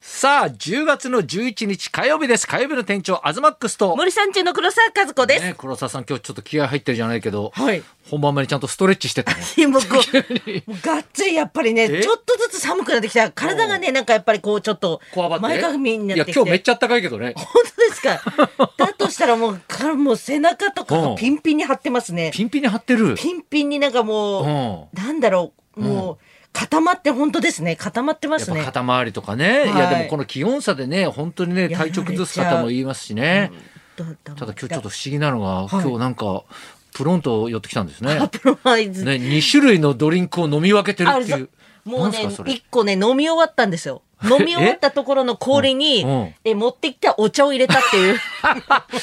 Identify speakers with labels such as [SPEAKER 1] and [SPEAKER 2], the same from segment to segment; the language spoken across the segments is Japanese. [SPEAKER 1] さあ、10月の11日火曜日です。火曜日の店長、アズマックスと。
[SPEAKER 2] 森さん中の黒沢和子です。
[SPEAKER 1] ね、黒沢さん、今日ちょっと気合入ってるじゃないけど、
[SPEAKER 2] はい
[SPEAKER 1] 本番までちゃんとストレッチしてたね。
[SPEAKER 2] もうこうもうがっつりやっぱり
[SPEAKER 1] え
[SPEAKER 2] ねちょっとずつ寒くなってきた体がねなんかやっぱりこうちょっと
[SPEAKER 1] こわばって。
[SPEAKER 2] 前かみになってきて
[SPEAKER 1] いや、今日めっちゃ暖かいけどね。
[SPEAKER 2] 本当で すかだとしたらもうかもう背中とか
[SPEAKER 1] うん
[SPEAKER 2] がピンピンに張ってますね
[SPEAKER 1] ピンピンに張ってる。
[SPEAKER 2] ピンピンになんか
[SPEAKER 1] う
[SPEAKER 2] も
[SPEAKER 1] ん。
[SPEAKER 2] うなんだろうもう固まって本当ですね固まって
[SPEAKER 1] や
[SPEAKER 2] ま
[SPEAKER 1] っ
[SPEAKER 2] す
[SPEAKER 1] ぱ
[SPEAKER 2] ね
[SPEAKER 1] 肩周りとかね、い、や
[SPEAKER 2] はい
[SPEAKER 1] でもこの気温差でね本当にね
[SPEAKER 2] や
[SPEAKER 1] 体調崩す方も言いますしね、
[SPEAKER 2] た
[SPEAKER 1] ただ今日ちょっと不思議なのが、今日なんかプロンと寄ってきたん ですね
[SPEAKER 2] アップルマイズ
[SPEAKER 1] ね2種類のドリンクを飲み分けてる
[SPEAKER 2] あ
[SPEAKER 1] っ
[SPEAKER 2] る
[SPEAKER 1] て
[SPEAKER 2] ぞ
[SPEAKER 1] いう
[SPEAKER 2] もうね
[SPEAKER 1] なんすかそれ
[SPEAKER 2] 一個ね飲み終わったんですよ飲み終わったところの氷に
[SPEAKER 1] うんうん
[SPEAKER 2] え持ってきたお茶を入れたっていう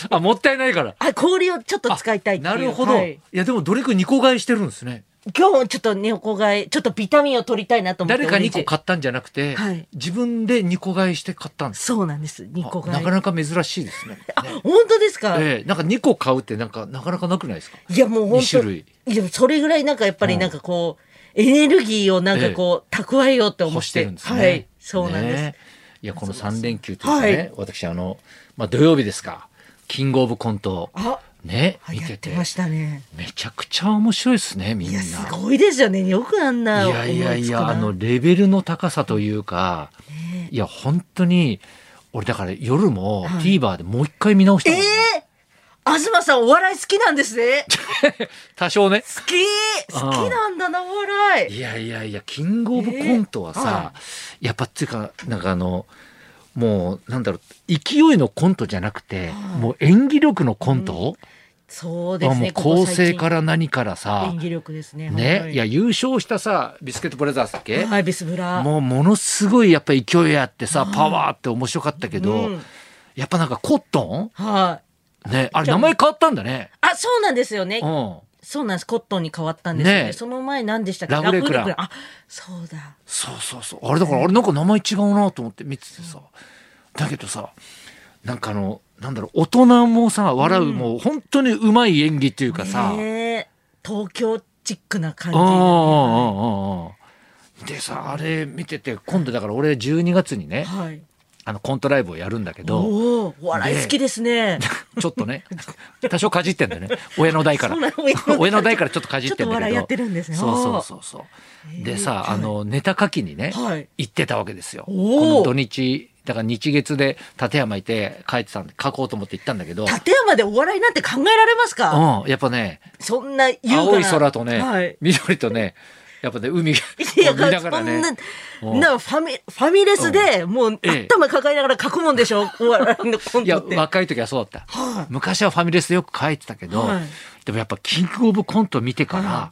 [SPEAKER 1] あもったいないから
[SPEAKER 2] あ氷をちょっと使いたいっていう
[SPEAKER 1] なるほど、
[SPEAKER 2] はいい、
[SPEAKER 1] やでもドリンク2個買いしてるんですね
[SPEAKER 2] 今日もちょっとねおこがえちょっとビタミンを取りたいなと思って
[SPEAKER 1] 誰か2個
[SPEAKER 2] オレンジ
[SPEAKER 1] 買ったんじゃなくて、
[SPEAKER 2] はい
[SPEAKER 1] 自分で2個買いして買ったんです
[SPEAKER 2] そうなんです2個買
[SPEAKER 1] ないかなか珍しいですね
[SPEAKER 2] あ本当ですか、
[SPEAKER 1] ええなんか2個買うってなんかなかなかなくないですか
[SPEAKER 2] いやもう本
[SPEAKER 1] 二
[SPEAKER 2] 当
[SPEAKER 1] 種類
[SPEAKER 2] いやそれぐらいなんかやっぱ
[SPEAKER 1] う
[SPEAKER 2] り
[SPEAKER 1] ん
[SPEAKER 2] なんかこう、エネルギーをなんかこう、蓄えようって
[SPEAKER 1] 干
[SPEAKER 2] 思っ
[SPEAKER 1] して
[SPEAKER 2] て
[SPEAKER 1] るんですね。
[SPEAKER 2] はいそうなんです、
[SPEAKER 1] ねいやこの三連休というかね、
[SPEAKER 2] はい
[SPEAKER 1] 私あのまあ土曜日ですか、キングオブコント
[SPEAKER 2] あ
[SPEAKER 1] ね
[SPEAKER 2] は
[SPEAKER 1] 見
[SPEAKER 2] や
[SPEAKER 1] て
[SPEAKER 2] って
[SPEAKER 1] て
[SPEAKER 2] ましたね
[SPEAKER 1] めちゃくちゃ面白いですねみん
[SPEAKER 2] い
[SPEAKER 1] な。
[SPEAKER 2] やすごいですよねよくあんない思
[SPEAKER 1] やいやい
[SPEAKER 2] つく
[SPEAKER 1] や
[SPEAKER 2] な
[SPEAKER 1] あのレベルの高さというか、いや本当に俺だから夜も TVer でもう一回見直した
[SPEAKER 2] え
[SPEAKER 1] もんね、
[SPEAKER 2] え東さんお笑い好きなんですね
[SPEAKER 1] 多少ね。
[SPEAKER 2] 好き好きなんだなお笑い
[SPEAKER 1] いやいやいやキングオブコントはさ、やっぱっていうかなんかあのもうなんだろう勢いのコントじゃなくて、もう演技力のコント、
[SPEAKER 2] そうですね
[SPEAKER 1] あもう構成からら何からさ
[SPEAKER 2] 演、技力ですね本当
[SPEAKER 1] ね、
[SPEAKER 2] に
[SPEAKER 1] いや優勝したさビスケットブラザーズだっけ、
[SPEAKER 2] はいビスブラ
[SPEAKER 1] もうものすごいやっぱり勢いあってさ、パワーって面白かったけど、
[SPEAKER 2] うん
[SPEAKER 1] やっぱなんかコット
[SPEAKER 2] はい
[SPEAKER 1] ンねあれ
[SPEAKER 2] じゃ
[SPEAKER 1] 名
[SPEAKER 2] あ
[SPEAKER 1] 前変わったんだね。
[SPEAKER 2] あそうなんですよね
[SPEAKER 1] うん、
[SPEAKER 2] そうなんですコットンに変わったんですよね
[SPEAKER 1] ね
[SPEAKER 2] その前何でしたっけ
[SPEAKER 1] ラブレクラン
[SPEAKER 2] あそうだ
[SPEAKER 1] そうそうそうあれだからあれなんか名前違うなと思って見ててさだけどさなんかあのなんだろう大人もさ笑う、もう本当にうまい演技っていうかさ、
[SPEAKER 2] ねえ東京チックな感
[SPEAKER 1] う
[SPEAKER 2] じ
[SPEAKER 1] んうん
[SPEAKER 2] は
[SPEAKER 1] うんうんうんでさあれ見てて今度だから俺12月にね
[SPEAKER 2] い
[SPEAKER 1] あのコントライブをやるんだけど
[SPEAKER 2] おおお笑い好きですね
[SPEAKER 1] ちょっとね多少かじってんだよね親の代から
[SPEAKER 2] そうなの親の代
[SPEAKER 1] 親の代からちょっとかじってんだけ
[SPEAKER 2] ちょ
[SPEAKER 1] ど
[SPEAKER 2] っと笑いやってるんですね
[SPEAKER 1] そうそうそうそうでさあのネタ書きにね、
[SPEAKER 2] はい
[SPEAKER 1] 行ってたわけですよこ
[SPEAKER 2] おー
[SPEAKER 1] の土日だから日月で立山いて書いてたんで書こうと思って行ったんだけど、
[SPEAKER 2] 立山でお笑いなんて考えられますか
[SPEAKER 1] うん、やっぱね
[SPEAKER 2] そんな優雅な
[SPEAKER 1] 青い空とね、
[SPEAKER 2] はい
[SPEAKER 1] 緑とねやっぱね海が
[SPEAKER 2] いや、
[SPEAKER 1] 見
[SPEAKER 2] そ
[SPEAKER 1] な
[SPEAKER 2] んな、
[SPEAKER 1] がらね。うん
[SPEAKER 2] なんかファミ、ファミレスで、もう
[SPEAKER 1] ええ
[SPEAKER 2] 頭抱えながら書くもんでしょ、お笑いのコン
[SPEAKER 1] いや
[SPEAKER 2] トって。
[SPEAKER 1] 若い時はそうだった、
[SPEAKER 2] はい
[SPEAKER 1] 昔はファミレスでよく書いてたけど、
[SPEAKER 2] はい
[SPEAKER 1] でもやっぱキングオブコント見てから、
[SPEAKER 2] は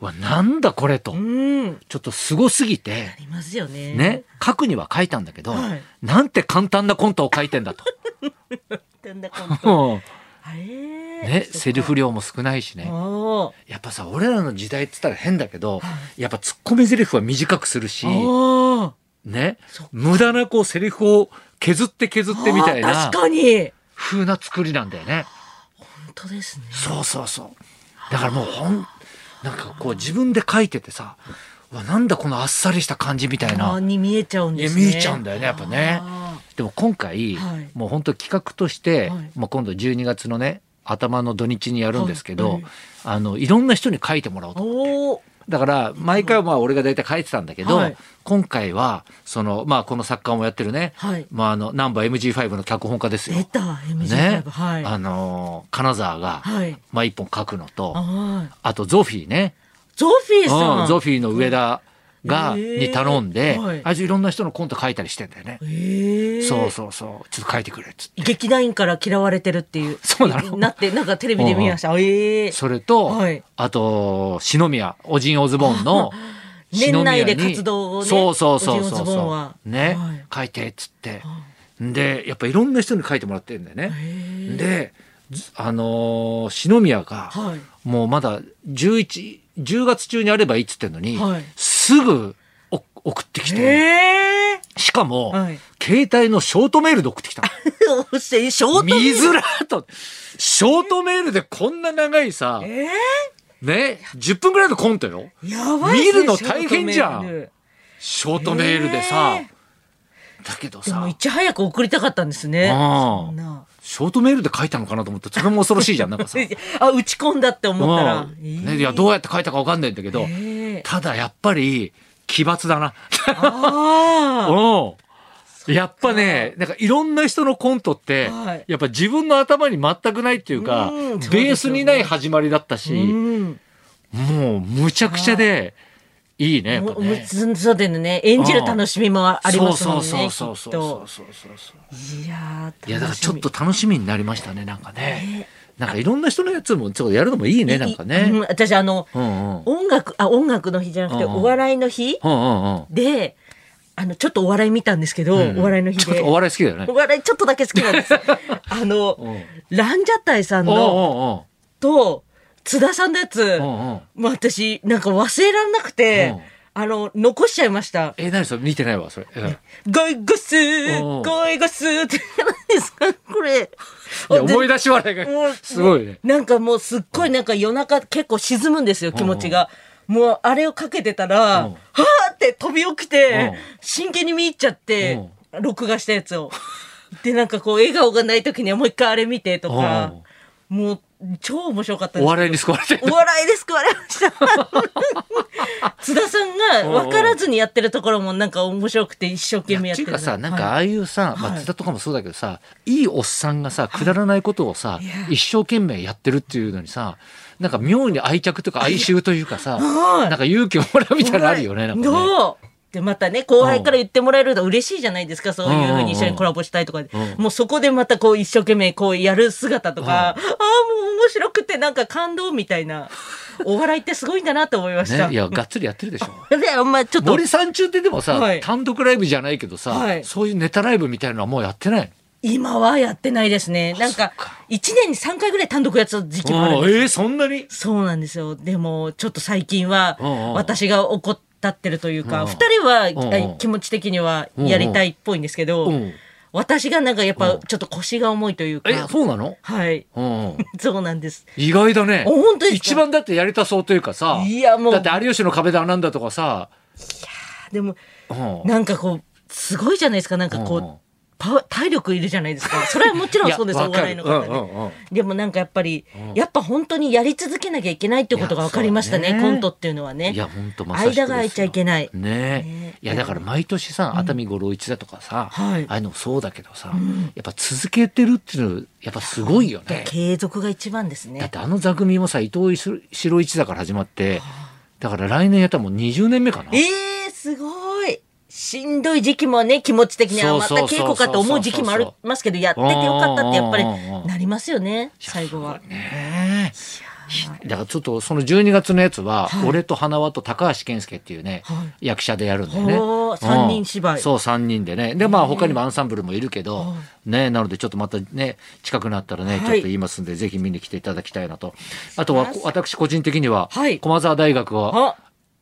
[SPEAKER 1] うわなんだこれと、
[SPEAKER 2] うん。
[SPEAKER 1] ちょっとすごすぎて
[SPEAKER 2] あ、りますよね。
[SPEAKER 1] ね書くには書いたんだけど、
[SPEAKER 2] はい
[SPEAKER 1] なんて簡単なコントを書いてん だと、
[SPEAKER 2] なんだコント。
[SPEAKER 1] うん
[SPEAKER 2] あれ
[SPEAKER 1] ね、セルフ量も少ないしね、
[SPEAKER 2] おー
[SPEAKER 1] やっぱさ俺らの時代って言ったら変だけど、やっぱツッコミ台詞は短くするし、
[SPEAKER 2] おー
[SPEAKER 1] ね
[SPEAKER 2] そっ、か
[SPEAKER 1] 無駄なこうセリフを削って削ってみたい
[SPEAKER 2] あー
[SPEAKER 1] な
[SPEAKER 2] 確かに。
[SPEAKER 1] 風な作りなんだよね。
[SPEAKER 2] 本当ですね。
[SPEAKER 1] そうそうそう。だからもうほん、なんかこう自分で書いててさ、うわ、なんだこのあっさりした感じみたい
[SPEAKER 2] あー
[SPEAKER 1] な。
[SPEAKER 2] に見えちゃうん
[SPEAKER 1] い
[SPEAKER 2] で
[SPEAKER 1] や
[SPEAKER 2] すね。
[SPEAKER 1] 見えちゃうんだよね、やっぱね
[SPEAKER 2] あ。
[SPEAKER 1] でも今回、
[SPEAKER 2] はい
[SPEAKER 1] もう本当企画として、
[SPEAKER 2] はい
[SPEAKER 1] まあ今度12月のね、頭の土日にやるんですけど、
[SPEAKER 2] はい
[SPEAKER 1] あの、いろんな人に書いてもらおう
[SPEAKER 2] ー
[SPEAKER 1] と。
[SPEAKER 2] おー
[SPEAKER 1] だから、毎回はまあ俺が大体書いてたんだけど、
[SPEAKER 2] はい
[SPEAKER 1] 今回は、その、まあこの作家もやってるね、
[SPEAKER 2] はい
[SPEAKER 1] まああの、ナンバー MG5 の脚本家ですよ。
[SPEAKER 2] 出た、MG5。
[SPEAKER 1] ね、
[SPEAKER 2] はい。
[SPEAKER 1] あ
[SPEAKER 2] あ
[SPEAKER 1] のー金沢が、
[SPEAKER 2] はい
[SPEAKER 1] まあ一本書くのと、
[SPEAKER 2] ー
[SPEAKER 1] あとゾフィーね、
[SPEAKER 2] ゾフィー
[SPEAKER 1] う
[SPEAKER 2] さ
[SPEAKER 1] ん
[SPEAKER 2] ん。
[SPEAKER 1] ゾフィーの上田が、
[SPEAKER 2] えー
[SPEAKER 1] に頼んで、
[SPEAKER 2] はい
[SPEAKER 1] あいついろんな人のコント書いたりしてんだよね。
[SPEAKER 2] ええ。
[SPEAKER 1] そうそうそう、ちょっと書いてくれっつって。
[SPEAKER 2] 劇団員から嫌われてるっていう。
[SPEAKER 1] そうなの
[SPEAKER 2] って、なんかテレビで見ました。ええ
[SPEAKER 1] それと、
[SPEAKER 2] はい、
[SPEAKER 1] あと、篠宮、オジン・オズボーンの
[SPEAKER 2] 年内で
[SPEAKER 1] 篠宮に
[SPEAKER 2] 活動をね
[SPEAKER 1] そうそうそうそう
[SPEAKER 2] オジンオズボーンは
[SPEAKER 1] ね、
[SPEAKER 2] はい
[SPEAKER 1] 書いてっつって、で、やっぱいろんな人に書いてもらってるんだよね。で、ずあのー篠宮が、
[SPEAKER 2] はい
[SPEAKER 1] もうまだ11、10月中にあればいいっつってんのに、
[SPEAKER 2] はい
[SPEAKER 1] すぐお送ってきて、
[SPEAKER 2] ええ
[SPEAKER 1] しかも、
[SPEAKER 2] はい
[SPEAKER 1] 携帯のショートメールで送ってきたの。
[SPEAKER 2] おせショー ト
[SPEAKER 1] 見づらっと。ショートメールでこんな長いさ、
[SPEAKER 2] え
[SPEAKER 1] ね、10分ぐらいのコントよ。
[SPEAKER 2] えやばいっす
[SPEAKER 1] 見
[SPEAKER 2] ね
[SPEAKER 1] るの大変じゃん
[SPEAKER 2] ショートメー
[SPEAKER 1] ショートメー
[SPEAKER 2] ル
[SPEAKER 1] ルでさ、
[SPEAKER 2] え
[SPEAKER 1] だけど
[SPEAKER 2] でも
[SPEAKER 1] さ
[SPEAKER 2] いち早く送りたかったんですね。
[SPEAKER 1] ああ
[SPEAKER 2] そんな
[SPEAKER 1] ショートメールで書いたのかなと思ってそれも恐ろしいじゃんなんかさ
[SPEAKER 2] あ打ち込んだって思ったら
[SPEAKER 1] う。ん
[SPEAKER 2] ええ
[SPEAKER 1] ね、いやどうやって書いたかわかんないんだけど、
[SPEAKER 2] ええ
[SPEAKER 1] ただやっぱり奇抜だな。
[SPEAKER 2] あ
[SPEAKER 1] うんやっぱねなんかいろんな人のコントって、
[SPEAKER 2] はい
[SPEAKER 1] やっぱ自分の頭に全くないっていうか
[SPEAKER 2] うんそうですよね
[SPEAKER 1] ベースにない始まりだった
[SPEAKER 2] あ。う
[SPEAKER 1] し、
[SPEAKER 2] ん。
[SPEAKER 1] もうむちゃくちゃでいいねやっ
[SPEAKER 2] も
[SPEAKER 1] ぱ
[SPEAKER 2] う
[SPEAKER 1] ね。
[SPEAKER 2] そうそうだよね。演じる楽しみもありますもん
[SPEAKER 1] そうそう
[SPEAKER 2] ね。
[SPEAKER 1] そうそうそうそうそう
[SPEAKER 2] きっといやー
[SPEAKER 1] いやだからちょっと
[SPEAKER 2] 楽し
[SPEAKER 1] 楽しみになりましたねなんかね
[SPEAKER 2] ね。
[SPEAKER 1] なんかいろんな人のやつもちょっとやるのもいい
[SPEAKER 2] み
[SPEAKER 1] ねなんか
[SPEAKER 2] いいう
[SPEAKER 1] ね。
[SPEAKER 2] 私あの
[SPEAKER 1] うんうん。うん
[SPEAKER 2] 音楽あ音楽の日じゃなくて
[SPEAKER 1] うんうん
[SPEAKER 2] お笑いの日
[SPEAKER 1] うんうん。
[SPEAKER 2] で、あのちょっとお笑い見たんですけど、
[SPEAKER 1] うん
[SPEAKER 2] お笑いの日
[SPEAKER 1] ちょっ
[SPEAKER 2] で
[SPEAKER 1] とお。笑い好きだよね
[SPEAKER 2] お。笑いちょっとだけ好きなん です。あの、
[SPEAKER 1] うん
[SPEAKER 2] ランジャタイさん
[SPEAKER 1] おう
[SPEAKER 2] の
[SPEAKER 1] お
[SPEAKER 2] と津田さんのやつ、
[SPEAKER 1] うおうおうおう
[SPEAKER 2] もう私なんか忘れられなくて、あの残しちゃいました。
[SPEAKER 1] え何それ見てないわそれ。うん
[SPEAKER 2] ゴイゴス
[SPEAKER 1] うん
[SPEAKER 2] ー、ゴイゴスーって 何ですかこれ。
[SPEAKER 1] いや思い
[SPEAKER 2] 出
[SPEAKER 1] 出し笑いがすごいね。
[SPEAKER 2] なんかもうすっごいなんか夜中結構沈むんですよ気持ちが。もうあれをかけてたら、
[SPEAKER 1] う
[SPEAKER 2] は
[SPEAKER 1] ん
[SPEAKER 2] ーって飛び起きて
[SPEAKER 1] うん、
[SPEAKER 2] 真剣に見入っちゃって、録画したやつを。で、なんかこう笑顔がない時にはもう一回あれ見てとか、もう超面白かったで
[SPEAKER 1] お
[SPEAKER 2] す
[SPEAKER 1] 笑いに救われてる
[SPEAKER 2] お笑いで救われました。 津田さんが分からずにやってるところもなんか面白くて一生懸命やっ
[SPEAKER 1] って
[SPEAKER 2] て
[SPEAKER 1] いうか
[SPEAKER 2] る。
[SPEAKER 1] さなんかあ
[SPEAKER 2] はい
[SPEAKER 1] あいうさ、まあ、
[SPEAKER 2] はい
[SPEAKER 1] 津田とかもそうだけどさいいおっさんがさくだらないことをさ、
[SPEAKER 2] いや
[SPEAKER 1] 一生懸命やってるっていうのにさなんか妙に愛着とか哀愁というかさ、
[SPEAKER 2] はい
[SPEAKER 1] なんか勇気をもらうみたいなのあるよねなんかね。
[SPEAKER 2] どうでまたね後輩から言ってもらえると嬉しいじゃないですかそういうふうに一緒にコラボしたいとかで
[SPEAKER 1] うんうん
[SPEAKER 2] もうそこでまたこう一生懸命こうやる姿とかああーもう面白くてなんか感動みたいなお笑いってすごいんだなと思いました。
[SPEAKER 1] ね、いやがっつりやってるでしょ。
[SPEAKER 2] であんまちょっと
[SPEAKER 1] 森さん中ってでもさ、
[SPEAKER 2] はい
[SPEAKER 1] 単独ライブじゃないけどさ、
[SPEAKER 2] はい
[SPEAKER 1] そういうネタライブみたいなのはもうやってない
[SPEAKER 2] 今はやってないですねなん
[SPEAKER 1] そっ
[SPEAKER 2] か
[SPEAKER 1] か
[SPEAKER 2] 1年に3回ぐらい単独やってた時期もあるんです
[SPEAKER 1] の。
[SPEAKER 2] よ
[SPEAKER 1] うんえー、そんなに
[SPEAKER 2] そうなんですよ。でも、ちょっと最近は
[SPEAKER 1] うんうん、
[SPEAKER 2] 私が怒ったってるという
[SPEAKER 1] う
[SPEAKER 2] か、
[SPEAKER 1] ん
[SPEAKER 2] 二人は
[SPEAKER 1] んうん
[SPEAKER 2] あ気持ち的にはやりたいっぽいんですけど
[SPEAKER 1] うん、
[SPEAKER 2] 私がなんかやっ
[SPEAKER 1] う
[SPEAKER 2] ぱ
[SPEAKER 1] ん
[SPEAKER 2] ちょっと腰が重いというか
[SPEAKER 1] え、そうなの、
[SPEAKER 2] はい、
[SPEAKER 1] うん、
[SPEAKER 2] そうなんです。
[SPEAKER 1] 意外だね
[SPEAKER 2] あ本当ですか
[SPEAKER 1] 一番だってやりたそうというかさ
[SPEAKER 2] いやもう
[SPEAKER 1] だって「有吉の壁だ」なんだとかさ、
[SPEAKER 2] でも、
[SPEAKER 1] うん
[SPEAKER 2] なんかこう、すごいじゃないですか、なんか
[SPEAKER 1] うんうん
[SPEAKER 2] こう、パワー体力いるじゃないですか。それはもちろんそうです、
[SPEAKER 1] い
[SPEAKER 2] お
[SPEAKER 1] やわか
[SPEAKER 2] 笑い
[SPEAKER 1] る
[SPEAKER 2] の方
[SPEAKER 1] うんう
[SPEAKER 2] ね。
[SPEAKER 1] んうん
[SPEAKER 2] でもなんかやっぱり、やっぱ本当にやり続けなきゃいけないってことが分かりました
[SPEAKER 1] い
[SPEAKER 2] ね、
[SPEAKER 1] やそう
[SPEAKER 2] コ
[SPEAKER 1] ね
[SPEAKER 2] ントっていうのはね
[SPEAKER 1] い。や本当まさしくです
[SPEAKER 2] 間
[SPEAKER 1] よ
[SPEAKER 2] が空いちゃいけない。
[SPEAKER 1] ね
[SPEAKER 2] ね
[SPEAKER 1] いやだから毎年さ熱海五郎一だとかさ、
[SPEAKER 2] はい
[SPEAKER 1] ああいうのもそうだけどさ、やっぱ続けてるっていうのやっぱすごいよね。
[SPEAKER 2] 継続が一番です
[SPEAKER 1] だっ
[SPEAKER 2] ね。
[SPEAKER 1] てあの座組もさ伊藤白一だから始まってだから来年やったらもう20年目かな。
[SPEAKER 2] えー、すごい。しんどい時期もね、気持ち的にはまた
[SPEAKER 1] そうそうそう
[SPEAKER 2] 稽
[SPEAKER 1] そう
[SPEAKER 2] 古かと思う時期もありますけど、やっててよかったってやっぱり
[SPEAKER 1] うんうんうんうん
[SPEAKER 2] なりますよね、最後は。
[SPEAKER 1] ねだからちょっとその12月のやつは、俺と花輪と高橋健介っていうね、
[SPEAKER 2] は
[SPEAKER 1] 役者でやるんだよね。
[SPEAKER 2] ほう
[SPEAKER 1] うん
[SPEAKER 2] 三人芝居
[SPEAKER 1] そう3人でねでまあ他にもアンサンブルもいるけど、ね、なのでちょっとまたね近くなったらね、
[SPEAKER 2] はい
[SPEAKER 1] ちょっと言いますんでぜひ見に来ていただきたいなとあとはこ私個人的には、
[SPEAKER 2] はい
[SPEAKER 1] 駒澤大学は
[SPEAKER 2] あ、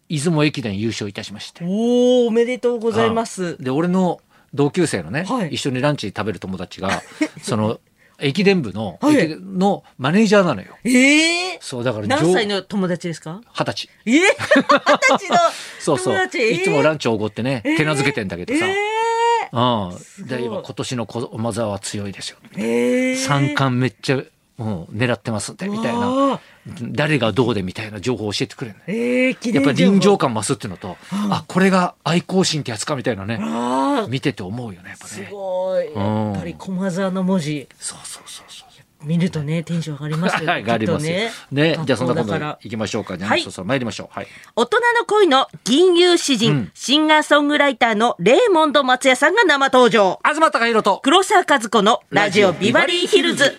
[SPEAKER 1] 出雲駅伝優勝いたしまして。
[SPEAKER 2] おー、おめでとうございま
[SPEAKER 1] うん
[SPEAKER 2] す。
[SPEAKER 1] で俺の同級生のね、
[SPEAKER 2] はい
[SPEAKER 1] 一緒にランチ食べる友達 がその駅伝部の、
[SPEAKER 2] はい
[SPEAKER 1] 駅伝のマネージャーなのよ。
[SPEAKER 2] ええー、
[SPEAKER 1] そうだから
[SPEAKER 2] 何
[SPEAKER 1] 上
[SPEAKER 2] 歳の友達ですか
[SPEAKER 1] 二十歳。
[SPEAKER 2] ええー、二十歳の友達。
[SPEAKER 1] そうそう、
[SPEAKER 2] えー
[SPEAKER 1] いつもランチおごってね、
[SPEAKER 2] えー
[SPEAKER 1] 手なずけてんだけどさ、
[SPEAKER 2] え
[SPEAKER 1] う
[SPEAKER 2] す
[SPEAKER 1] ん、
[SPEAKER 2] ごい
[SPEAKER 1] で今今年の駒沢は強いですよ、
[SPEAKER 2] ー、えー、
[SPEAKER 1] 三冠めっちゃ、うん、狙ってますんでみたいな
[SPEAKER 2] わあ。
[SPEAKER 1] 誰がどうでみたいな情報を教えてくれるのよ
[SPEAKER 2] ええー、記
[SPEAKER 1] やっ
[SPEAKER 2] 念
[SPEAKER 1] ぱり
[SPEAKER 2] 情報
[SPEAKER 1] 臨場感増すっていうのと、あこれが愛好心ってやつかみたいなね、
[SPEAKER 2] ああ、
[SPEAKER 1] 見てて思うよねやっぱ
[SPEAKER 2] す
[SPEAKER 1] ね
[SPEAKER 2] ごい。やっぱり駒沢の文字。
[SPEAKER 1] そうそうそうそう
[SPEAKER 2] 見るとね、テンション上がりますよ
[SPEAKER 1] はい、がありますよ
[SPEAKER 2] きっ
[SPEAKER 1] ね
[SPEAKER 2] とね
[SPEAKER 1] じゃあそんなこ
[SPEAKER 2] 学校だ
[SPEAKER 1] と
[SPEAKER 2] か
[SPEAKER 1] で
[SPEAKER 2] ら
[SPEAKER 1] いきましょうかね。
[SPEAKER 2] は
[SPEAKER 1] はいい、さん参りましょう。はい。
[SPEAKER 2] 大人の恋の銀融詩人、
[SPEAKER 1] うん
[SPEAKER 2] シンガーソングライターのレーモンド松也さんが生登場。
[SPEAKER 1] 東隆弘と
[SPEAKER 2] 黒沢和子のラジオビバリーヒルズ。